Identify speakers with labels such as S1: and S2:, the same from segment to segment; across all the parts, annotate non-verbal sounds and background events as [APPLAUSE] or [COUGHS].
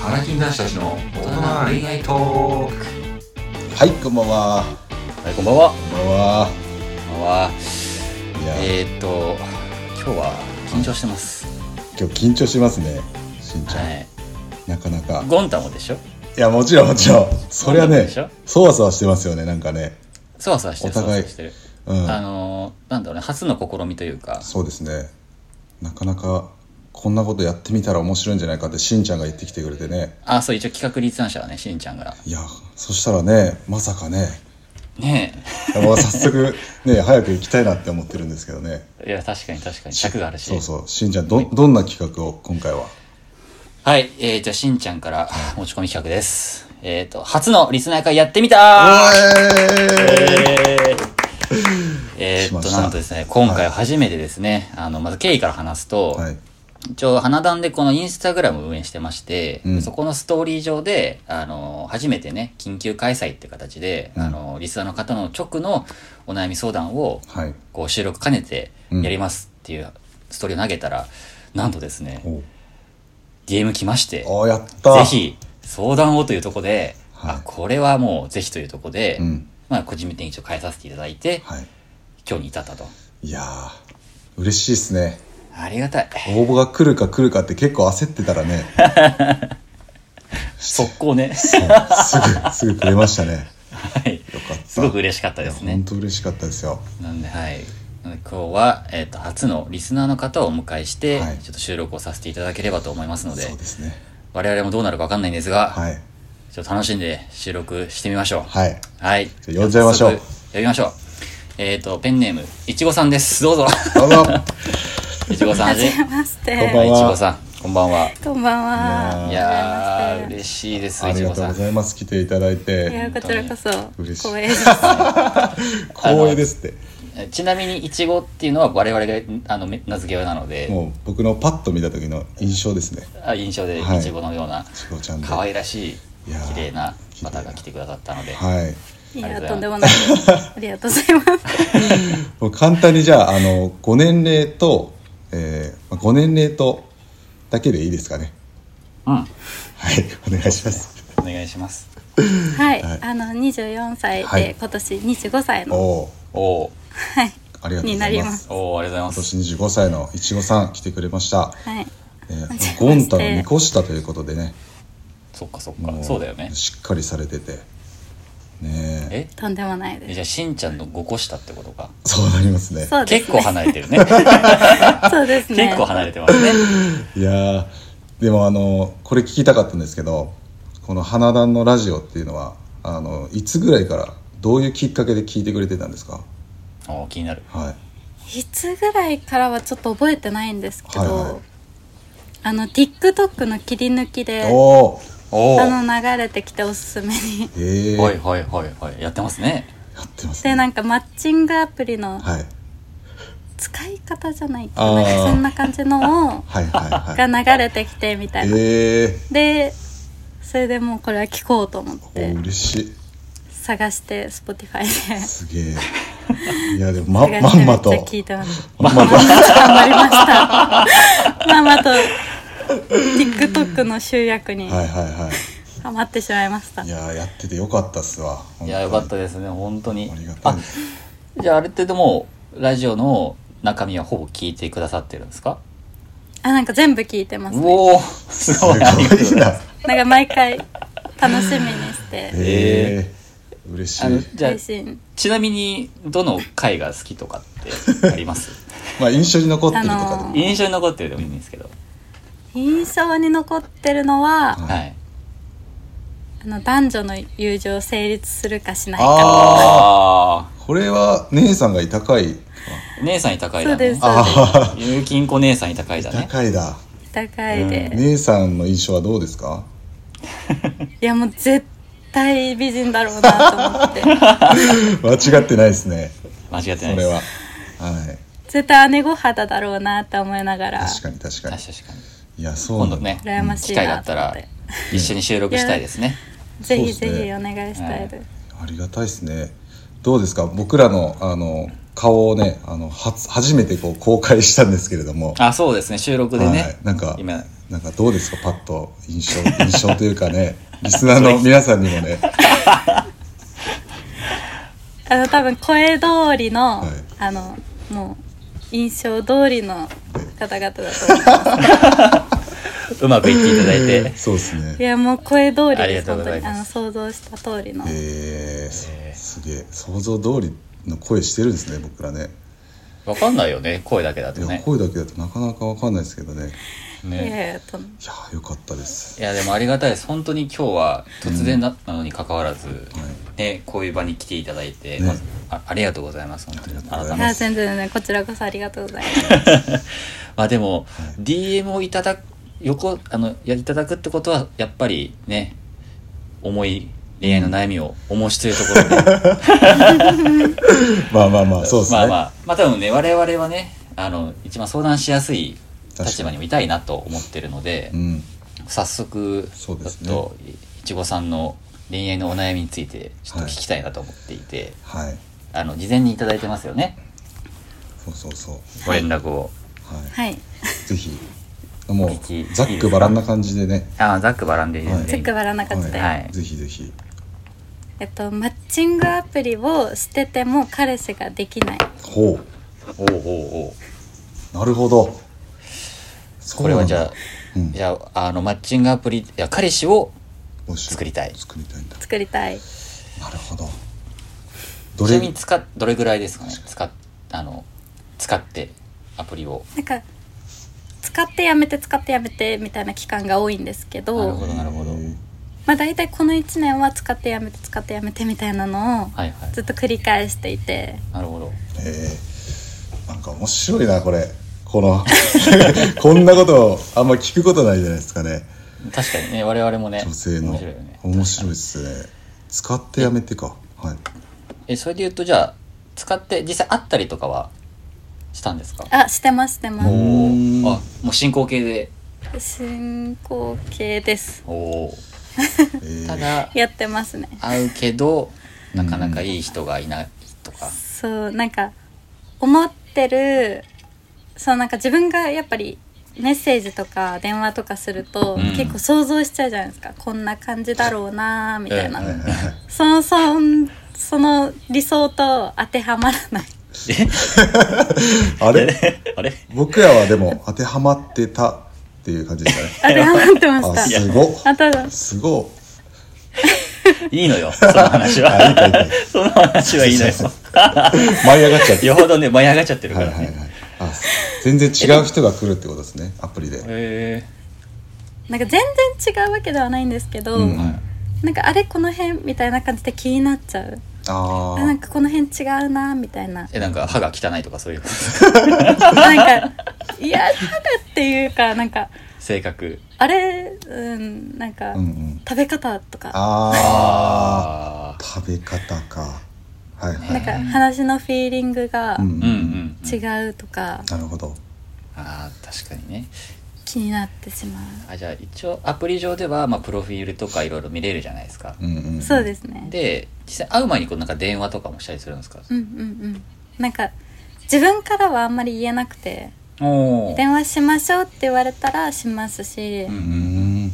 S1: 花金男子たちの大人恋愛トーク
S2: はい、こんばんは。
S3: はい、こんばんは。
S2: こんばんは。
S3: こんばんは。
S2: いや、
S3: えー、っと、今日は緊張してます。
S2: 今日緊張しますね。しんちゃん、
S3: はい。
S2: なかなか。
S3: ゴンタもでしょ
S2: いや、もちろん、もちろん。そりゃ
S3: ゴンタも
S2: ね
S3: でし、ょ
S2: そわそわしてますよね、なんかね。
S3: そわそわしてる。
S2: お互い
S3: そわそわしてる。
S2: うん。
S3: あのー、なんだろうね、初の試みというか、
S2: そうですね。なかなか、こんなことやってみたら面白いんじゃないかって、しんちゃんが言ってきてくれてね。
S3: あ、そう、一応企画立案者はね、しんちゃんが。
S2: いや、そしたらね、まさかね、
S3: ね
S2: もう
S3: [LAUGHS]
S2: 早速、ね、早く行きたいなって思ってるんですけどね。
S3: え。いや、確かに確かに、尺があるし。
S2: そうそう。しんちゃん、ど、どんな企画を、今回は。
S3: はい、えー、じゃあ、しんちゃんから持ち込み企画です。えーっと、初のリスナー会やってみた
S2: お
S3: ー
S2: ーい
S3: えーっ
S2: しま
S3: と、
S2: した
S3: なんとですね、今回初めてですね、あの、まず経緯から話すと、
S2: はい。
S3: 一応花壇でこのインスタグラムを運営してまして、
S2: うん
S3: そこのストーリー上であの初めてね緊急開催って形で、
S2: うん
S3: あのリスナーの方の直のお悩み相談を
S2: はい。
S3: こう収録兼ねてやりますっていうストーリーを投げたら、なんとですね
S2: お
S3: DM 来ましてぜ
S2: おーやった
S3: ひ相談をというところで、
S2: はい
S3: あこれはもうぜひというところで、
S2: うん
S3: まあ個人店一応変えさせていただいて
S2: はい
S3: 今日に至ったと
S2: いやー嬉しいですね
S3: ありが
S2: [LAUGHS]
S3: たい
S2: 応募が来るか来るかって結構焦ってたらね [LAUGHS]
S3: 速攻ね
S2: そうすぐすぐくれましたね
S3: はい
S2: よかった
S3: すごく嬉しかったですね
S2: 本当嬉しかったですよ
S3: なんで、はい。なので今日は、えっ、と、初のリスナーの方をお迎えして、
S2: はい
S3: ちょっと収録をさせていただければと思いますので、
S2: そうですね
S3: 我々もどうなるかわかんないんですが、
S2: はい
S3: ちょっと楽しんで収録してみましょう。はい。
S2: はい
S3: じ
S2: ゃあ呼んじゃいましょう
S3: 呼びましょう。えっ、と、ペンネーム、いちごさんです。どう
S2: [LAUGHS]
S3: ぞ。
S2: どうぞ
S3: いちごさん、
S4: は
S3: はじ
S4: じ
S3: め
S4: めまし
S2: こんばん
S4: て。
S3: いちごさん、こんばんは。
S4: こんばん
S2: い
S4: は。
S2: や
S3: い
S2: ー
S3: やー、
S4: し
S3: 嬉しいです、
S2: あ
S3: い
S2: り
S3: ち
S2: が
S3: ご
S2: とう
S3: さ
S2: ご
S3: ん。
S2: ざいます来ていただい
S4: い
S2: て
S4: や、こちらこそ
S2: 嬉しい。
S4: 光栄です。は
S2: 光栄ですって
S3: えちなみに、いちごっていうのは我々が、あの、め名付け親なので、
S2: もう僕のパッと見た時の印象ですね
S3: あ印象で、
S2: はい
S3: いちごのような。
S2: ちごちゃんで
S3: 可愛らしい
S2: いやー
S3: 綺麗な方が来てくださったので、
S2: はい
S4: い
S3: ありが
S4: や、
S3: と
S4: と
S3: うんご
S4: でもないです。ありがとうございます。
S2: もう簡単にじゃああのご年齢と、えーまあ、ご年齢とだけでいいですかね
S3: うん
S2: はいお願いします
S3: お願いします
S4: はい
S2: はい、
S4: あの、二十四歳
S2: はい
S4: で、今年二十五歳
S2: お
S4: の。
S2: お
S3: おー
S4: はい。
S2: ありがとうござい
S4: になり
S2: ま
S4: ますす
S3: おーありがとうございます
S2: 今年25歳のいちごさん来てくれました、
S4: はい。
S2: えー
S4: はじめまして
S2: ゴンタの見越したということでね
S3: そっかそっ
S2: も
S3: かそうだよね
S2: しっかりされててねえ
S3: え
S4: とんでもない
S3: え
S4: で
S3: じゃあしんちゃんの5個下ってことか
S2: そうなりますね
S4: す。そうで
S3: 結
S4: す
S3: 構
S4: ね。
S3: 離れてる [LAUGHS] ね
S4: [LAUGHS] そうですね。
S3: 結構離れてますね
S2: いやーでもあのこれ聞きたかったんですけどこの「花壇のラジオ」っていうのはあのいつぐらいからどういうきっかけで聞いてくれてたんですか
S3: おー気になる
S2: はい
S4: いつぐらいからは、ちょっと覚えてないんですけ
S2: はいはい
S4: ど。あの、ティックトックの切り抜きで。あ
S2: おお
S3: おお
S4: の、流れてきて、おすすめに。
S2: ええ
S3: はい
S2: や
S3: はいはいはいやってますね
S2: ってます
S4: で、
S2: ね
S4: なんか、マッチングアプリの
S2: はい
S4: 使い方じゃないか
S2: あー
S4: な。なんかそんな感じのを。
S2: はいはいは
S4: が流れてきてみたい
S2: い
S4: な、
S2: ええ
S4: でそれでもうこれは聞こうと思っ
S2: ー、
S4: て
S2: お嬉しい
S4: 探して Spotify です
S2: げえ
S4: [LAUGHS]
S2: いやでもま
S4: 探して
S2: まんまと
S4: めっちゃ聞いてます
S2: まんまと
S4: 頑張りま
S2: [LAUGHS]
S4: したまんまと TikTok の集約に
S2: はいはいは
S4: ハマってしまいました、
S2: いいやーやっててよかったっすわ
S3: いやよかった
S2: あ
S3: ですね本当に
S2: りがたい
S3: あ
S2: です
S3: じゃあある程度もうラジオの中身はほぼ聞いてくださってるんですか
S4: あなんか全部聞いてますね
S3: おおす
S2: すご
S3: ごいありがとうござ
S2: い
S3: います
S2: な
S4: なんか毎回楽しみにして
S2: ええー、嬉し
S3: あの
S2: い
S3: じゃあ
S4: 嬉しい
S3: ちなみにどの回が好きとかってあります [LAUGHS]
S2: まあ印象に残ってるとかでも
S4: あのー
S3: 印象に残ってるでもいいんですけど、
S4: 印象に残ってるのは、
S2: はい
S3: はい
S4: あの男女の友情成立するかしないか
S2: あ
S3: あ
S2: あこれは姉さんがいたかい
S3: あ姉さんに高いだ
S4: そうで
S3: ね
S4: す
S2: あ
S3: ゆうきんこ姉さんに高い
S2: あ
S3: だ
S2: いた
S3: ね
S2: かいだ
S4: 高いで、
S2: 姉さんの印象はどうですか [LAUGHS]
S4: いやもう絶対美人だろうなと思
S3: [LAUGHS]
S4: って
S2: 間違ってないですね
S3: 間違って
S2: そ
S3: ない
S2: れ
S3: です
S2: ははい
S4: 絶対姉御肌だろうなって思いながら
S2: 確かに確かに
S3: 確かに確かに
S2: いやそう
S3: 今
S2: な
S3: 度
S2: んだ
S3: ね
S4: 羨まし
S3: 機
S4: いな
S3: 会があったら
S4: と思って
S3: 一緒に収録したいですね
S4: ぜひ
S2: そう
S4: ぜ
S2: っすね
S4: ひお願いしたいです、
S2: ありがたいですね。どうですか僕らのあの顔をねあの初初めてこう公開したんですけれども
S3: あそうですね収録でね、
S2: はいなんか
S3: 今
S2: なんかどうですかパッと印象印象というかね [LAUGHS] リスナーの皆さんにもね
S4: あの多分声通りの、
S2: はい
S4: あのもう印象通りの方々だと思
S3: [LAUGHS]
S4: う
S3: うまくいっていただいて
S2: そうですね
S4: いやもう声通り
S3: ありが
S4: です
S3: とうご
S4: 本
S3: ざ
S4: 当
S3: い
S4: に
S3: ま
S4: あの想像した通りの、
S2: えー、す
S3: えー
S2: すげえ想像通りの声してるんですね僕らね
S3: わかんないよね声だけだ
S2: い
S3: と
S2: や
S3: ね
S2: 声だけだとなかなかわかんないですけどね
S4: い
S3: ね
S4: やいやと
S2: いやーよかったで
S3: い
S2: す
S3: やでもありがたいです本当に今日は突然だったのに関わらず、ね、こういう場に来ていただいて、
S2: ね
S3: まずあありがとうございます本当
S2: あ
S3: に
S2: りがとうござ
S3: 改
S2: い
S4: い
S3: め
S4: や
S3: て
S4: 全然ねこちらこそありがとうございます
S3: まあでも、DM をいただく横あのやいただくってことはやっぱりね重い恋愛の悩みを重しというところで、
S2: まあまあまあ [LAUGHS] そうですね、
S3: まあまあまあ多分ね我々はねあの一番相談しやすい立場にもいたいなと思ってるので
S2: うん
S3: 早速ち
S2: そ
S3: ょ
S2: うです
S3: っ
S2: ね
S3: といいちごさんの恋愛のお悩みについてちょっと聞きたいなと思っていて、
S2: はい
S3: あの事前にいただいてますよね
S2: そうそうそう
S3: ご連絡を。
S2: は
S3: [LAUGHS]
S2: い
S4: はい
S2: ぜひも
S3: いき
S2: うざっくばらんな感じでね
S3: あざっくばらんでいいです
S4: チェ
S3: ね
S4: ック。ばらなかったよ、
S3: はい
S2: ぜひぜひ
S4: えっとマッチングアプリを捨てても彼氏ができない
S2: ほ
S3: おうおうおう
S2: うなるほどそ
S3: こ
S2: う
S3: れ
S2: なんだ
S3: はじゃあ、
S2: うん
S3: じゃああのマッチングアプリいや彼氏を
S2: 募集
S3: 作りたい
S2: 作りたいんだ
S4: 作りたい
S2: なるほどど
S3: ちな
S2: れ
S3: みに使っどれぐらいですかね使っあの使ってアプリを
S4: なんか使ってやめて使ってやめてみたいな期間が多いんですけ
S3: なる
S4: ど
S3: ほどなるほどはい
S4: まあ大体この1年は使ってやめて使ってやめてみたいなのを
S3: はい
S4: ずっと繰り返していて
S3: なるほど
S2: えーなんか面白いなこれこの [LAUGHS] こんなことあんま聞くことないじゃないですかね
S3: 確かにね我々もね
S2: 女性の
S3: 面白いよね
S2: 面白いですね使ってやめてかはい
S3: えそれで言うとじゃあ使って実際会ったりとかはしたんですか
S4: あしてますして
S3: お
S4: ます
S3: おー
S2: うん
S3: あもう進行形で
S4: 進行形です
S3: おお
S2: えー
S3: ただ
S4: やってますね
S3: 会うけどなかなかいい人がいないとか
S4: そうなんか思ってるそうなんか自分がやっぱりメッセージとか電話とかすると、
S3: うん
S4: 結構想像しちゃうじゃないですかこんな感じだろうなーみたいな、
S3: うん
S4: そのそんその理想と当てはまらない
S2: [LAUGHS] あれ
S3: [LAUGHS] あれ
S2: 僕らはでも当てはまってたっていう感じですかね
S4: 当てはまってま
S2: あ、
S4: し
S2: すごった
S4: あただ
S2: すご
S3: いいのよその話は
S2: いかいいかい
S3: [LAUGHS] その話はいいのよ
S2: 舞い上がっちゃっ
S3: [LAUGHS]
S2: て
S3: よほどね舞い上がっちゃってるか
S2: はい
S3: らね、
S2: はいはいあ全然違う人が来るってことですねアプリで、
S3: へ
S4: なんか全然違うわけではないんですけど、
S2: うん
S4: なんかあれこの辺みたいな感じで気になっちゃう
S2: あ
S4: あなん
S2: ー
S4: かこの辺違うなーみたい
S2: [LAUGHS]
S4: な
S3: ええなんか歯が汚いとかそういう [LAUGHS] こと
S4: なんか嫌だっていうかなんか
S3: 性格
S4: あれうんなんか、
S2: うんうん
S4: 食べ方とか
S2: あ
S3: あ
S2: ー食べ方かはいは、
S4: ないんか話のフィーリングが
S2: うんう
S3: う
S2: ん
S3: んうん
S4: 違うとか
S2: なるほど
S3: あー確かにね
S4: 気になってしまう、
S3: あじゃあ一応アプリ上では、まあ、プロフィールとかいろいろ見れるじゃないですか
S2: うんうん
S4: そうですね
S3: で実際会う前にこうなんか電話とかもしたりするんですか
S4: うんうんうんなんか自分からはあんまり言えなくて
S3: おお
S4: 電話しましょうって言われたらしますし、
S3: うんう
S2: うんん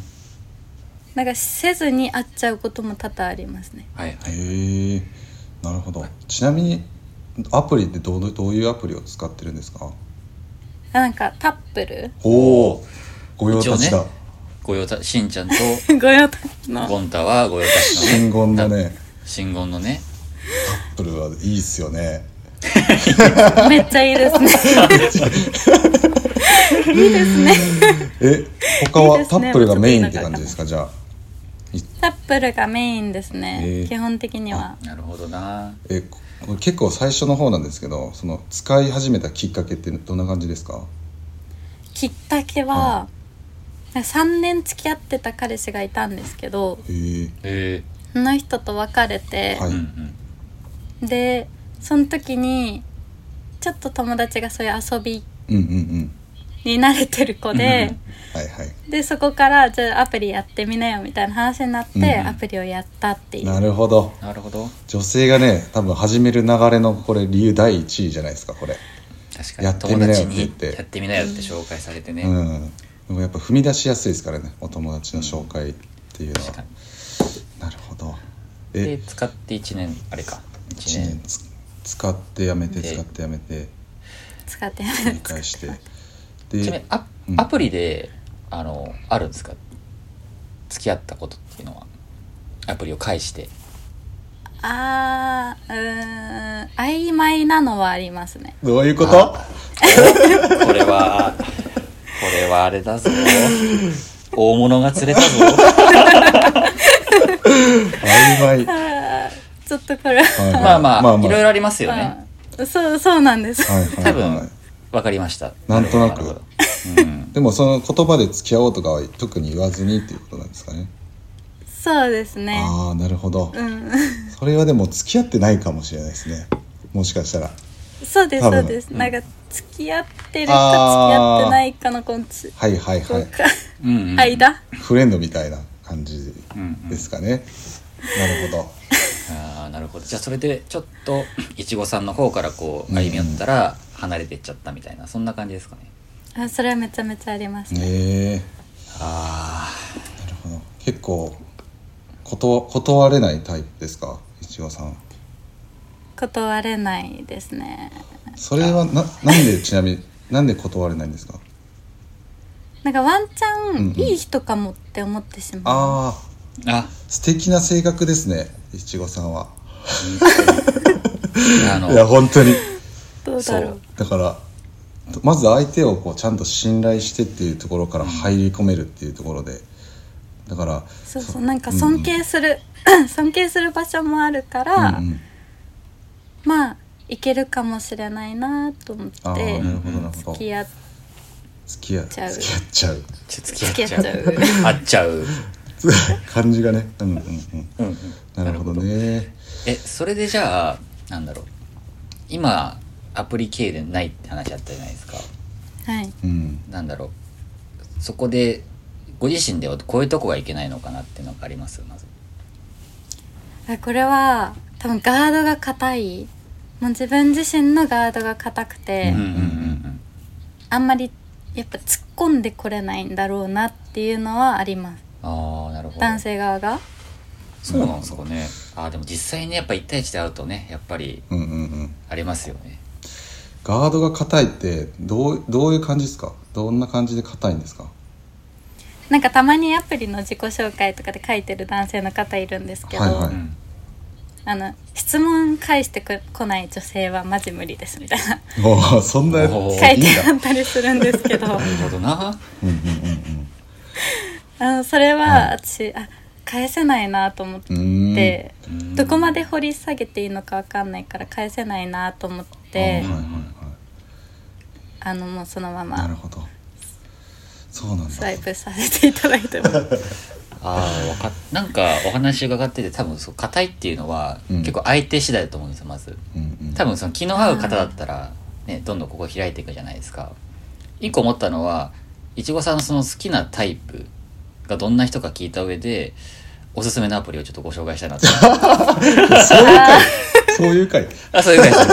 S4: なんかせずに会っちゃうことも多々ありますね
S3: はいはい
S2: へえなるほどちなみにアプリってどうどういうアプリを使ってるんですか
S4: あなんかタップル
S2: おおご用達だ、
S3: 一応ご用達しんちゃんと
S4: ご用達の
S3: ゴンタはご用達のね
S2: 真言の
S3: [LAUGHS]
S2: ね
S3: 真言のね
S2: アップルはいいっすよね
S4: めっちゃいいですね [LAUGHS]
S2: え他はい
S4: いです
S2: タ
S4: ね
S2: ップルがメインって感じですかじゃあ
S4: タップルがメインです
S2: へ
S4: ね
S2: え
S4: 基本的には
S3: なるほどな
S2: えここれ結構最初の方なんですけどその使い始めたきっかけってどんな感じですか
S4: きっかけは、3年付き合ってた彼氏がいたんですけど
S2: へえ
S3: へ
S4: その人と別れて、
S2: は
S3: え
S2: い
S3: うんうん
S4: でその時にちょっと友達がそういう遊び
S2: うんうんうん
S4: に慣れてる子で、
S2: はいはい
S4: でそこからじゃあアプリやってみなよみたいな話になって、
S2: うん
S4: アプリをやったっていう
S2: なるほど
S3: なるほど
S2: 女性がね多分始める流れのこれ理由第1位じゃないですかこれ
S3: 確かに
S2: やってみなよって言って
S3: 友達にやってみなよって紹介されてね、
S2: うんでもやっぱ踏み出しやすいですからねお友達の紹介っていうの
S3: 確か
S2: は
S3: に。
S2: なるほど
S3: で
S2: え
S3: 使って1年あれか
S2: 一
S3: 1
S2: 1年
S3: 年
S2: つ使ってやめて
S3: で
S2: 使ってやめて
S4: 使って
S2: 繰り
S3: [LAUGHS]
S2: 返して
S3: ちなみに
S2: で
S3: ア,、
S2: うん
S3: アプリであのあるんですか付き合ったことっていうのはアプリを介して
S4: あーうーん曖昧なのはありますね
S2: どういうこと
S3: これ
S2: [LAUGHS]
S3: はこれはあれだぞ大物が釣
S2: [LAUGHS]
S3: れたぞ
S2: 曖昧は
S4: あーちょっとこれは、
S2: いはい
S3: まあまあ、いろいろ
S2: は
S3: ありますよね
S4: うんそうそうなんです、
S2: いはい
S3: 多
S2: はい
S3: 分わかりました
S2: なんとなく
S3: るほどるほどうん
S2: でもその言葉で付き合おうとかは特に言わずにっていうことなんですかね
S4: そうですね
S2: ああなるほど
S4: うん
S2: それはでも付き合ってないかもしれないですねもしかしたら
S4: そうです
S2: 多
S4: そ
S2: 分
S4: うです、
S3: うん
S4: なんか付き合ってる
S2: あー
S4: か付き合ってないかのこのつ
S2: はいはい
S4: こ
S2: は
S4: う
S2: い
S4: か
S3: うんうんうん
S4: [LAUGHS] 間
S2: フレンドみたいな感じ
S3: うんうん
S2: ですかね、なるほ
S3: あーなるほどじゃあそれでちょっ [LAUGHS] といちごさんの方からこう歩み寄ったら離れていっちゃったみたいなそんな感じですかね
S4: あそれはめちゃめちゃあります
S2: ど
S4: ね
S2: へえ
S3: あ
S2: なるほど結構こと断れないタイプですかいちごさん
S4: 断れないですね
S2: それはななんでちなみになんで断れないんですか
S4: なんかワンチャ
S2: うん
S4: ン
S2: うん
S4: いい人かもって思ってしまう、
S2: ああ
S3: ーあ
S2: 素敵な性格ですねいちごさんは
S3: あ
S2: いや
S3: の
S2: 本当に
S4: どうだろう
S2: だからとまず相手をこうちゃんと信頼してっていうところから入り込めるっていうところでだから
S4: そうそうなんか尊敬する、 [COUGHS] 尊敬する場所もあるから、
S2: うんうん、
S4: まあいけるかもしれないなと思っ
S2: ああな
S4: て
S2: るほどなるほど
S4: 付き合っ
S2: 付き合っ
S4: ちゃう
S2: 付き合っち [LAUGHS] ゃう
S3: ちょ付き合っちゃう
S4: 付き合っ
S3: 会っちゃう、
S2: 感じがねうんうんうん
S3: うんうん
S2: なるほどね
S3: えそれでじゃあなんだろう今アプリ系でないって話あったじゃないですか
S4: はい
S2: うん
S3: なんだろうそこでご自身ではこういうとこがいけないのかなっていうのがありますまず
S4: あこれは多分ガードが硬いもう自分自身のガードが硬くて、
S2: うん
S4: あんまりやっぱ突っ込んでこれないんだろうなっていうのはあります
S3: ああなるほど
S4: 男性側が
S3: そうなんですかねあーでも実際にやっぱ1対1で会うとねやっぱり
S2: うんうんうん
S3: ありますよね
S2: ガードが硬いってどうどういう感じですかどんな感じで硬いんですか
S4: なんかたまにアプリの自己紹介とかで書いてる男性の方いるんですけど、
S2: はいは
S3: う
S2: い
S3: ん
S4: あの質問返してここない女性はマジ無理ですみたいな
S2: おおそんな
S3: おー
S4: 書いて
S2: いいんだ
S4: あったりするんですけど
S3: なるほどな
S2: うんうんうん
S4: あのそれは私、あ返せないなと思っ
S2: うんうーん
S4: て、
S3: うん
S4: どこまで掘り下げていいのかわかんないから返せないなと思っ
S2: はい
S4: て
S2: はいはい
S4: あのもうそのま
S2: なる
S4: ま
S2: ほどそうなんだ
S4: スワイプさせていただいてます。
S3: ああわかなんかお話伺ってて多分そう硬いっていうのは、
S2: うん
S3: 結構相手次第だと思うんですよまず
S2: うんうん
S3: 多分その気の合う方だったら、ね、どんどんここ開いていくじゃないですか一個思ったのはいちごさんのその好きなタイプがどんな人か聞いた上でおすすめのアプリをちょっとご紹介したいなと
S2: そういう [LAUGHS] 回そ
S3: あそう
S2: ういう回
S3: いうぐらいです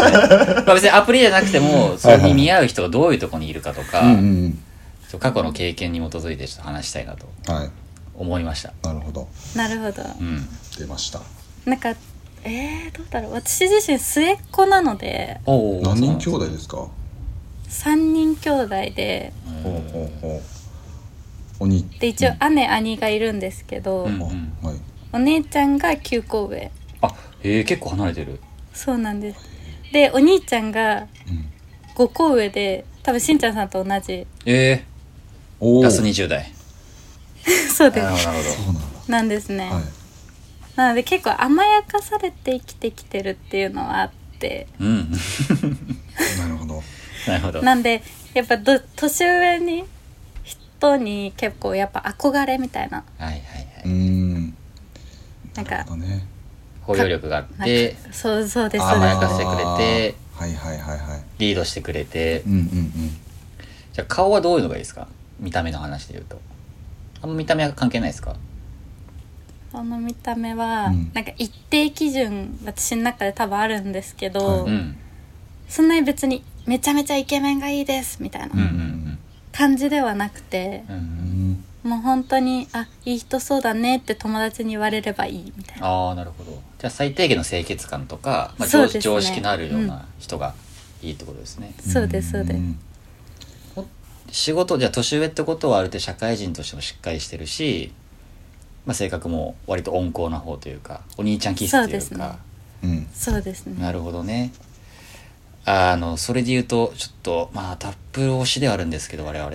S3: ね、まあ、別にアプリじゃなくてもそれに見合う人がどういうとこにいるかとか、
S2: うんうん
S3: ちょっと過去の経験に基づいてちょっと話したいなと
S2: うんはい
S3: 思いました
S2: なるほど
S4: なるほ
S3: う
S4: ど
S3: ん
S2: 出ました
S4: なんかえー、どうだろう私自身末っ子なので
S3: お
S2: 何人兄
S3: 日
S2: 弟ですかほ
S4: 3人兄弟で
S2: うほうほうおに
S4: で一応姉、兄がいるんですけど、
S3: うん
S2: あはい
S4: お姉ちゃんが9個上
S3: あへえ結構離れてる
S4: そうなんですでお兄ちゃんが
S2: うん
S4: 5個上で多分しんちゃんさんと同じ
S3: え
S2: お
S3: え
S2: お
S3: ラス20代
S4: そうで
S3: なるほど
S4: す
S3: なるほど
S2: そうなん
S4: なんですね、
S2: だはい
S4: なので結構甘やかされて生きてきてるっていうのはあって
S3: うん。 [LAUGHS]
S2: なるほど
S3: なるほど。
S4: なんでやっぱど年上に人に結構やっぱ憧れみたいな
S3: はいはいは
S2: う
S3: い。
S2: んな
S4: なん
S2: る
S4: か
S2: ほどね
S3: 包容力があっ
S4: なんか
S3: て、
S4: そうそうですそう
S3: 甘
S4: で
S3: や
S4: す
S3: かしてくれて
S2: あーはいはいはいはい
S3: リードしてくれて
S2: う、んうんうん
S3: じゃあ顔はどういうのがいいですか見た目の話で言うと。あんま見た目は関係ないですか
S4: この見た目は、
S2: うん
S4: なんか一定基準私の中で多分あるんですけど、
S2: は
S3: うん。
S4: そんなに別にめちゃめちゃイケメンがいいですみたいな、
S3: うんうんうん。
S4: 感じではなくて
S3: う、
S2: うんん
S4: もう本当にあいい人そうだねって友達に言われればいいみたいな
S3: ああなるほどじゃあ最低限の清潔感とか、まあ、
S4: そう
S3: 常
S4: ですね
S3: 常識のあるような人がいいってことですね、
S4: そうですそうです
S2: ん
S3: 仕事じゃあ年上ってことはある程度社会人としてもしっかりしてるし、まあ、性格も割と温厚な方というかお兄ちゃん気質
S4: そう
S3: とい
S4: で
S3: う
S4: す
S3: か
S4: ね
S2: うん
S4: そうですね
S3: なるほどねあのそれで言うとちょっとまあタップル推しではあるんですけど我々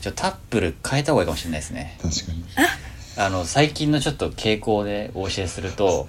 S3: ちょタップル変えた方がいいかもしれないですね
S2: 確かに
S3: あの最近のちょっと傾向でお教えすると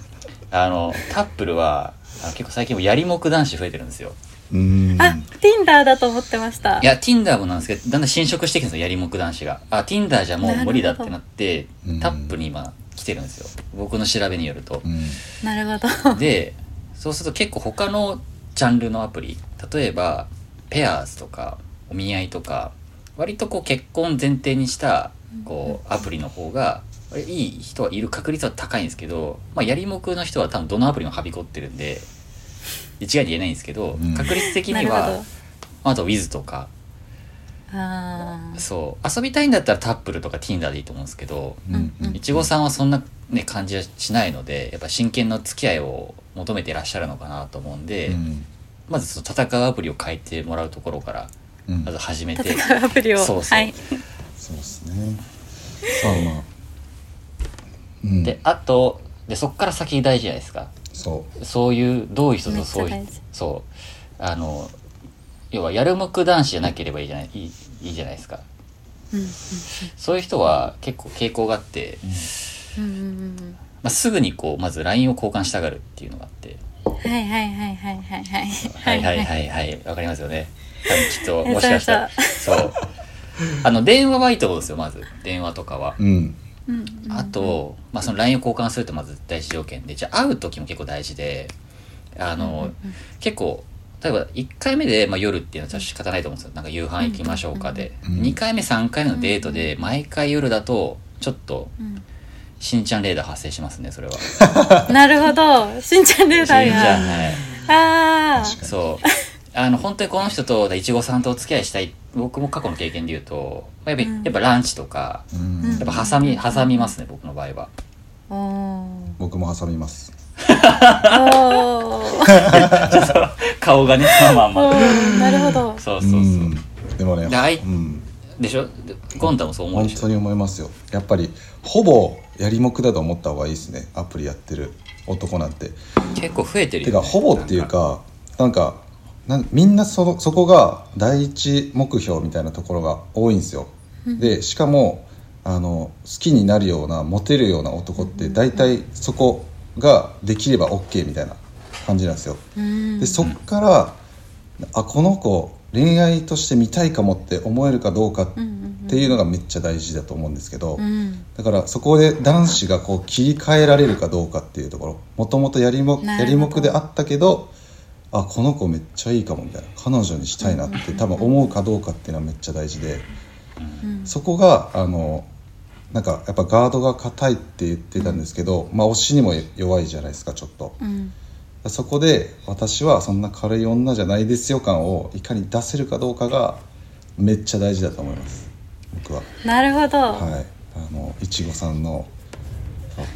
S3: あのタップルはあの結構最近もやりもく男子増えてるんですよ
S2: うん
S4: あ Tinder だと思ってました
S3: いや Tinder もなんですけどだんだん侵食してきてるんですよやりもく男子があ Tinder じゃもう無理だってなって
S2: なるほ
S3: タ
S2: ど
S3: ップに今来てるんですよ僕の調べによると
S2: うん
S4: なる
S3: [LAUGHS]
S4: ほど
S3: でそうすると結構他のジャンルのアプリ例えばペアーズとかお見合いとか割とこう結婚前提にしたこうアプリの方が割といい人はいる確率は高いんですけど、まあ、やりもくの人は多分どのアプリもはびこってるんで一概に言えないんですけど、
S2: うん
S3: 確率的
S4: な
S3: に
S4: るほ
S3: は
S4: ど
S3: あと Wiz とか
S4: あー
S3: そう遊びたいんだったらタップルとか Tinder でいいと思うんですけど
S2: うん
S4: うん
S3: いちごさんはそんな、ね、感じはしないのでやっぱ真剣な付き合いを求めていらっしゃるのかなと思うんで、
S2: うん
S3: まずその戦うアプリを変えてもらうところから
S2: うん
S3: まず始めて、
S4: 戦うアプリを
S3: そうそう
S4: はい
S2: そうですねさあまあうん
S3: であとでそこから先大事じゃないですか
S2: そ
S3: そういうどういう人
S4: め
S3: と
S4: っち
S3: そ
S4: ゃ
S3: うい
S4: 大
S3: う
S4: 事
S3: そうあの要はやるむく男子じゃなければいいじゃないいいいいじゃないですか
S4: うんうん
S3: そういう人は結構傾向があって、
S4: うんうんうん
S3: まあ、すぐにこうまず LINE を交換したがるっていうのがあって
S4: うんはいはいはいはいはいはい
S3: はいはいはいはいわかりますよね多分きっと
S4: え
S3: もしかしたらそうあの電話はいいところですよまず電話とかは
S2: ううん
S4: うんうん
S3: あと、まあ、その LINE を交換するとまず第一条件でじゃあ会う時も結構大事であの、結構例えば1回目で、まあ、夜っていうのは仕方ないと思うんですよなんか夕飯行きましょうかで、
S2: うん
S3: 2回目3回目のデートで毎回夜だとちょっと
S4: うん
S3: しんちゃんレーダー発生しますねそれは。
S4: なるほどしんちゃんルーダ
S3: しん
S4: ー
S3: ちゃん
S4: が
S3: はい
S4: あー
S3: そう。あの、本当にこの人と、いちごさんとお付き合いしたい、僕も過去の経験で言うと、まあやっぱ、
S4: うん
S3: やっぱランチとか、
S2: うん
S4: う
S3: や
S4: ん
S3: っぱ挟み、挟みますね、僕の場合は。
S4: おー
S2: 僕も挟みます
S4: おー
S3: 顔がね、 [LAUGHS] まあまあ
S4: お
S3: ま
S4: ーなるほど
S3: [LAUGHS] あ。そうそうそう。
S2: んでもね
S3: で相
S2: うん
S3: でしょでゴンタもそう思う
S2: 本
S3: でし
S2: 当
S3: ょ
S2: に思いますよやっぱりほぼやりもくだと思った方がいいですねアプリやってる男なんて
S3: 結構増えてる
S2: て
S3: よ、ね。
S2: かほぼっていうかなんかなんみんなそのそこが第一目標みたいなところが多いんですよ
S4: うん
S2: でしかもあの好きになるようなモテるような男って大体そこができれば OK みたいな感じなんですよ
S4: うん
S2: でそっからあこの子恋愛として見たいかもって思えるかどうかっ
S4: うんうんうん
S2: ていうのがめっちゃ大事だと思うんですけど、
S4: うん
S2: だからそこで男子がこう切り替えられるかどうかっていうところもともとやりも
S4: な
S2: や
S4: るほど
S2: りもくであったけどあこの子めっちゃいいかもみたいな彼女にしたいなって多分思うかどうかっていうのはめっちゃ大事で
S4: うん
S2: そこがあのなんかやっぱガードが硬いって言ってたんですけど、まあ、推しにも弱いじゃないですかちょっと
S4: うん
S2: そこで私はそんな軽い女じゃないですよ感をいかに出せるかどうかがめっちゃ大事だと思います僕は。
S4: なるほど
S2: はい、あのいちごさんの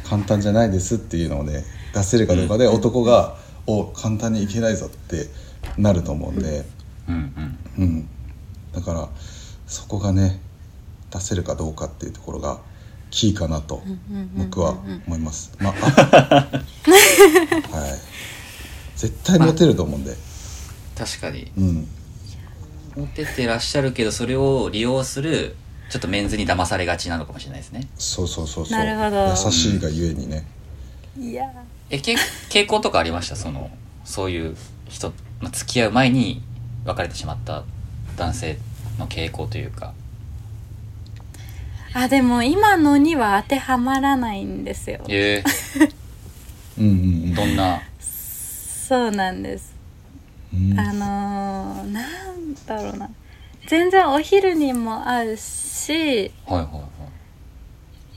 S2: 簡単じゃないですっていうのをね出せるかどうかで男が「お簡単にいけないぞ」ってなると思うんで、
S3: うんうん。
S2: うん、だからそこがね出せるかどうかっていうところがキーかなと
S4: うんうんうんうん
S2: 僕は思います。まあ、
S4: [LAUGHS]
S2: はい絶対モテると思うんで、
S3: 確かに。
S2: うん、
S3: 持っててらっしゃるけど、それを利用する、ちょっとメンズに騙されがちなのかもしれないですね。
S2: そうそうそうそう
S4: なるほど
S2: 優しいがゆえにね、
S4: いや
S3: えけ [LAUGHS] 傾向とかありましたそのそういう人、まあ、付き合う前に別れてしまった男性の傾向という
S4: [LAUGHS]
S3: か
S4: あでも今のには当てはまらないんですよ
S3: え
S2: うんうんう
S3: ー、
S2: ん
S3: どんな
S4: そうなんです
S2: うん
S4: あのー、なんだろうな全然お昼にも合うし
S3: はいはいは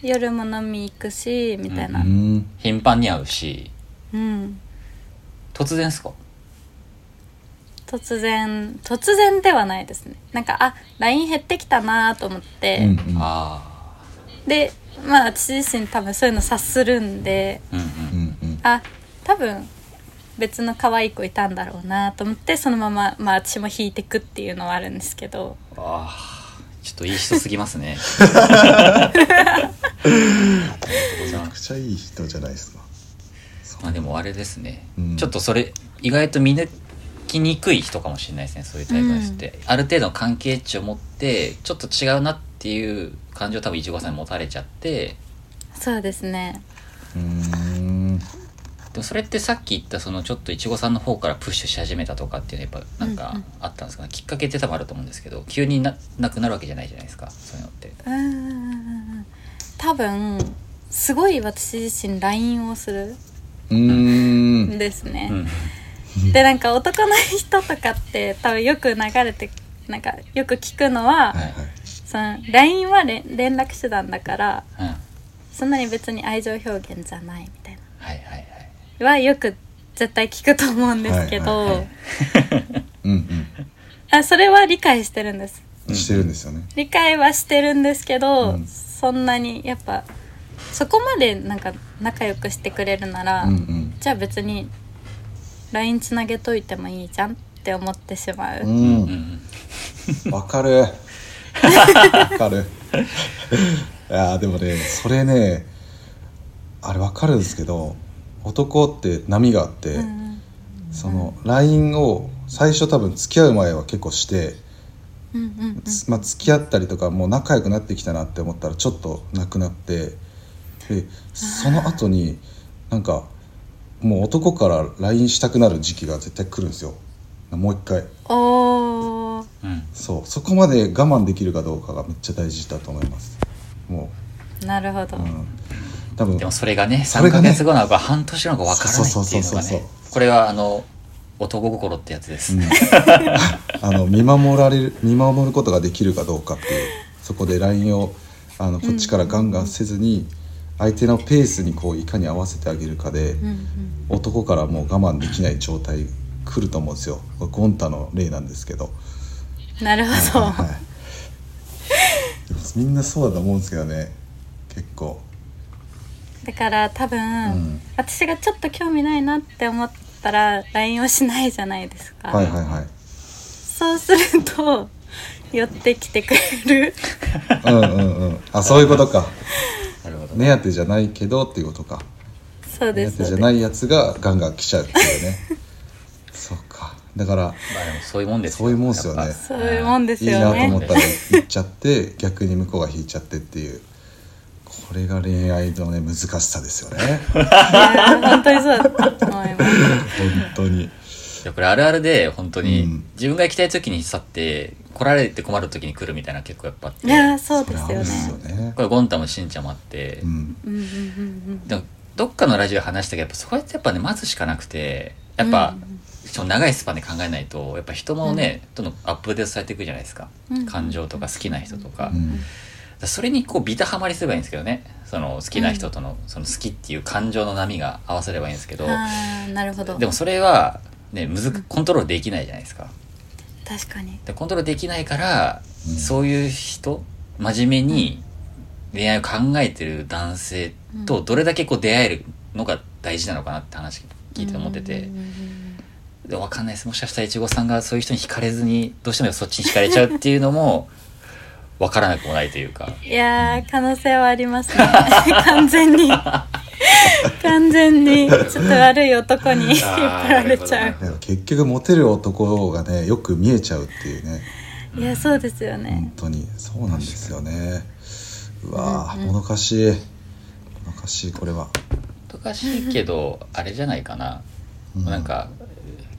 S3: い
S4: 夜も飲み行くしみたいうな、
S2: ん
S3: 頻繁に会うし
S4: うん、
S3: 突然ですか
S4: 突然突然ではないですねなんかあ LINE 減ってきたなと思って、
S2: うんうん
S3: あ
S4: でまあ私自身多分そういうの察するんで
S3: あうんう
S2: うんんうん
S4: あ多分別の可愛い子いたんだろうなと思ってそのまま、まあ、私も引いてくっていうのはあるんですけど
S3: ああちょっといい人すぎます
S2: [LAUGHS]
S3: ね
S2: めちゃくちゃいい人じゃないですか
S3: まあでもあれですね、
S2: うん
S3: ちょっとそれ意外と見抜きにくい人かもしれないですねそういうタイプの人って、ある程度の関係値を持ってちょっと違うなっていう感情を多分いちごさんに持たれちゃって
S4: そうですね
S2: うーん
S3: でもそれってさっき言ったそのちょっといちごさんの方からプッシュし始めたとかっていうのはやっぱなん
S4: うんう
S3: か
S4: ん
S3: あったんですかね、きっかけって多分あると思うんですけど急にななくなるわけじゃないじゃないですかそういうのって。
S4: うーん多分すごい私自身 LINE をする
S2: うー
S4: ん
S2: ん
S4: ですね、
S3: うん
S4: でなんか男の人とかって多分よく流れてなんかよく聞くのは、
S2: はいはい
S4: その LINE はれん連絡手段だから
S3: うんはい
S4: そんなに別に愛情表現じゃないみたい
S3: はいはい
S4: なはよく絶対聞くと思うんですけど、
S2: はいはい
S3: はい
S2: うん
S4: あそれは理解してるんです
S2: うんしてるんですよね
S4: 理解はしてるんですけど、
S2: うん
S4: そんなにやっぱそこまでなんか仲良くしてくれるなら、
S2: うんうん
S4: じゃあ別に LINE つなげといてもいいじゃんって思ってしまう、
S2: うん
S3: うんうん
S2: わかるわかるいやーでもねそれねあれわかるんですけど男って波があって、
S4: うん
S2: その LINE を最初多分付き合う前は結構して、
S4: うんうんうん
S2: つまあ、付き合ったりとかもう仲良くなってきたなって思ったらちょっとなくなってでその後になんかもう男から LINE したくなる時期が絶対来るんですよもう一回
S4: おー
S3: うん
S2: そうそこまで我慢できるかどうかがめっちゃ大事だと思いますも
S4: なるほど、
S2: う、うん、多分
S3: でもそれがね
S2: それ
S3: 3
S2: が
S3: ヶ
S2: ね
S3: 月後なのか半年後なのか分からないっていうの
S2: そうそうそう
S3: が
S2: そう
S3: ねこれはあの男心ってやつです、
S2: うん [LAUGHS] あの見守られる見守ることができるかどうかっていうそこで LINE をあのこっちからガンガンせずに、相手のペースにこういかに合わせてあげるかで、
S4: うんうん
S2: 男からもう我慢できない状態来ると思うんですよこれゴンタの例なんですけど、
S4: なるほど、
S2: はいでもみんなそうだと思うんですけどね結構
S4: だから多分、
S2: ん
S4: 私がちょっと興味ないなって思ったら LINE をしないじゃないですか、
S2: はいはいはい
S4: そうすると寄ってきてくれる
S2: うんうんうんあそういうことか
S3: なるほど、
S2: 目当てじゃないけどっていうことか
S4: そう
S2: 目
S4: で
S2: 当
S4: す
S2: てじゃ
S4: そうです
S2: ないやつがガンガン来ちゃうっていうね [LAUGHS] そうかだから
S3: まあでもそういうもんです
S2: そういうもんですよね
S3: やっぱ
S4: そういうもんです
S2: いい
S4: よ
S2: なと
S4: ね
S2: 思ったら行っちゃって逆に向こうが引いちゃってっていうこれが恋愛のね難しさですよね本
S4: いやー本当にそうだと思います
S2: 当に
S3: いやこれあるあるで本当に、
S2: うん
S3: 自分が行きたい時に去って来られて困る時に来るみたいな結構やっぱあって
S4: いやーそうです
S2: これあ
S4: よ
S2: る
S4: ね
S2: っすよね
S3: これゴンタもしんちゃんもあって、
S2: うん
S4: うんうんうん
S3: でもどっかのラジオで話したけどやっぱそこやってやっぱね待つしかなくて
S4: う
S3: や
S4: ん
S3: っぱ、ちょっと長いスパンで考えないとやっぱ人もね、どんどんアップデートされていくじゃないですか、
S4: うん
S3: 感情とか好きな人とか,、
S2: う
S3: だか
S2: ん
S3: らそれにこうビタハマりすればいいんですけどねその好きな人との,、その好きっていう感情の波が合わせればいいんですけど、
S4: あーなるほど
S3: でもそれは、ね、むずコントロールできないじゃないですか。
S4: 確かに
S3: でコントロールできないから、
S2: うん
S3: そういう人真面目に恋愛を考えてる男性とどれだけこう出会えるのが大事なのかなって話聞いて思ってて、
S4: うんうんうん
S3: で分かんないですもしかしたらいちごさんがそういう人に惹かれずにどうしてもそっちに惹かれちゃうっていうのも分からなくもないというか
S4: うんいやー可能性はありますね [LAUGHS] 完全に完全にちょっと悪い男に [LAUGHS] 引っ張られちゃう
S2: だから結局モテる男がねよく見えちゃうっていうね
S4: いやそうですよ
S2: 本
S4: ね
S2: 当にそうなんですよねうわー
S4: うんうん
S2: もどかしいもどかしいこれは
S3: 難しいけどあれじゃないかな、
S2: うん
S3: なんか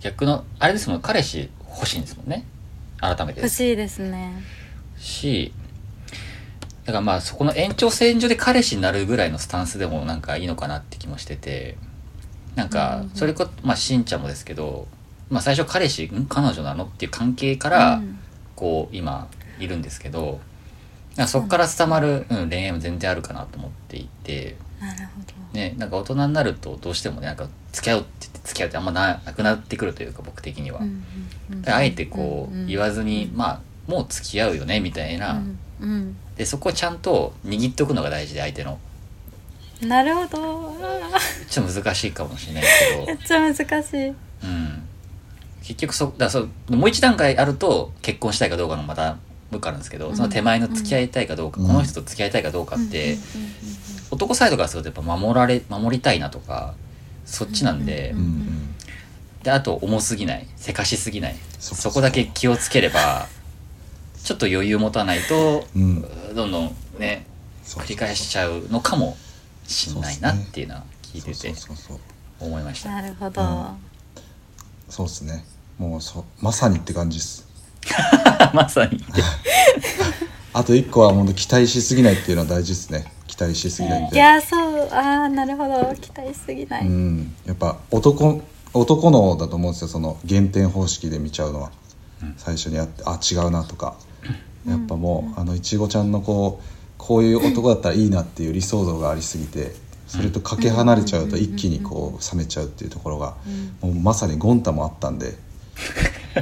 S3: 逆のあれですもん彼氏欲しいんですもんね改めて
S4: 欲しいですね
S3: しだからまあそこの延長線上で彼氏になるぐらいのスタンスでもなんかいいのかなって気もしててなんか
S4: うん
S3: それこまあしんちゃんもですけど、まあ、最初彼氏ん彼女なのっていう関係から
S4: うん
S3: こう今いるんですけど、なんかそこから伝まる、うん、恋愛も全然あるかなと思っていて
S4: なるほど
S3: ね、なんか大人になるとどうしてもねなんか付き合うって言って付き合うってあんまななくなってくるというか僕的には、
S4: うんうんうん
S3: であえてこう言わずに、
S4: うん
S3: まあもう付き合うよねみたいな、
S4: うん
S3: でそこをちゃんと握っとくのが大事で相手の
S4: うんなるほどあ
S3: ちょっと難しいかもしれないけ
S4: ー
S2: [LAUGHS]
S4: めっちゃ難しい
S3: ど、うん、結局そだからそうもう一段階あると結婚したいかどうかのまた向かうんですけど、
S4: うん
S3: その手前の付き合いたいかどうか、
S2: うん
S3: この人と付き合いたいかどうかって、
S4: うんうんうん
S3: 男サイドからするとやっぱ守られ守りたいなとかそっちなんで、
S4: うん
S2: うんうん
S3: であと重すぎないせかしすぎない
S2: そっか
S3: そこだけ気をつけれ
S2: [LAUGHS]
S3: ばちょっと余裕持たないと
S2: うん
S3: どんどんね
S2: そう
S3: 繰り返しちゃうのかもしんないなっていうのは聞いて
S2: そう
S3: て
S2: そうそうそう
S3: 思いました
S4: なるほど、
S2: うんそうですねもうそうまさにって感じです
S3: [LAUGHS] まさに
S2: あと一個は本当期待しすぎないっていうのは大事ですね期待しすぎないっ
S4: い
S2: て
S4: やそうああなるほど期待しすぎない、
S2: うんやっぱ男男のだと思うんですよその減点方式で見ちゃうのは、
S3: うん
S2: 最初にやってあ違うなとかやっぱもう、あのいちごちゃんのこうこういう男だったらいいなっていう理想像がありすぎてそれとかけ離れちゃうと一気にこう冷めちゃうっていうところが、もうまさにゴンタもあったんで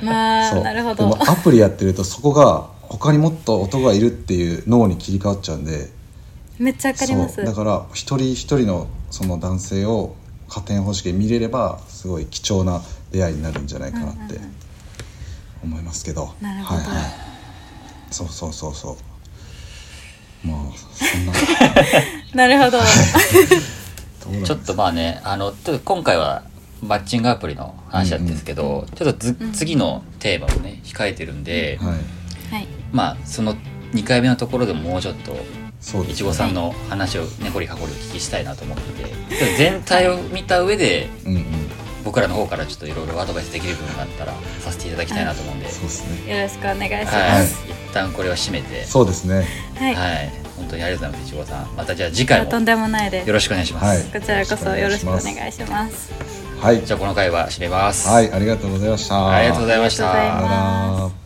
S4: まあ
S2: そう
S4: なるほ
S2: で
S4: ど
S2: もアプリやってるとそこが他にもっと男がいるっていう脳に切り替わっちゃうんで。
S4: めっちゃわかります
S2: そうだから一人一人のその男性を加点方式で見れればすごい貴重な出会いになるんじゃないかなって
S4: うんうんうん
S2: 思いますけど、
S4: なるほど
S2: はいはいそうそうそうそうまあそ
S4: [LAUGHS]
S2: んな
S4: なるほ
S2: ど
S4: ど
S2: うなん
S3: ちょっとまあねあのちょっと今回はマッチングアプリの話だったんですけど、ちょっとず次のテーマをね控えてるんで、
S2: はい
S4: はい
S3: まあその2回目のところでももうちょっと
S2: そうで
S3: い
S2: す
S3: ちごさんの話を根掘り葉掘りお聞きしたいなと思っててちょっと全体を見た上で
S2: うんうん
S3: 僕らの方からちょっといろいろアドバイスできる部分があったらさせていただきたいなと思うんで、
S2: そうですね
S4: よろしくお願いしま
S3: はい、
S4: す
S3: 一旦これは締めて、
S2: そうですね
S4: はい、
S3: はい、本当にありがとうございますいちごさんまたじゃあ次
S4: い
S3: 回
S4: やとん
S3: も
S4: でもないです
S3: よろしくお願いします、
S2: はい
S4: こちらこそよろしくお願いします
S2: はい
S3: じゃあこの回は締めます、
S2: はいありがとうございました
S3: ありがとうございまし
S4: ありがとうご
S3: た
S2: さ
S4: ざいます
S2: よなら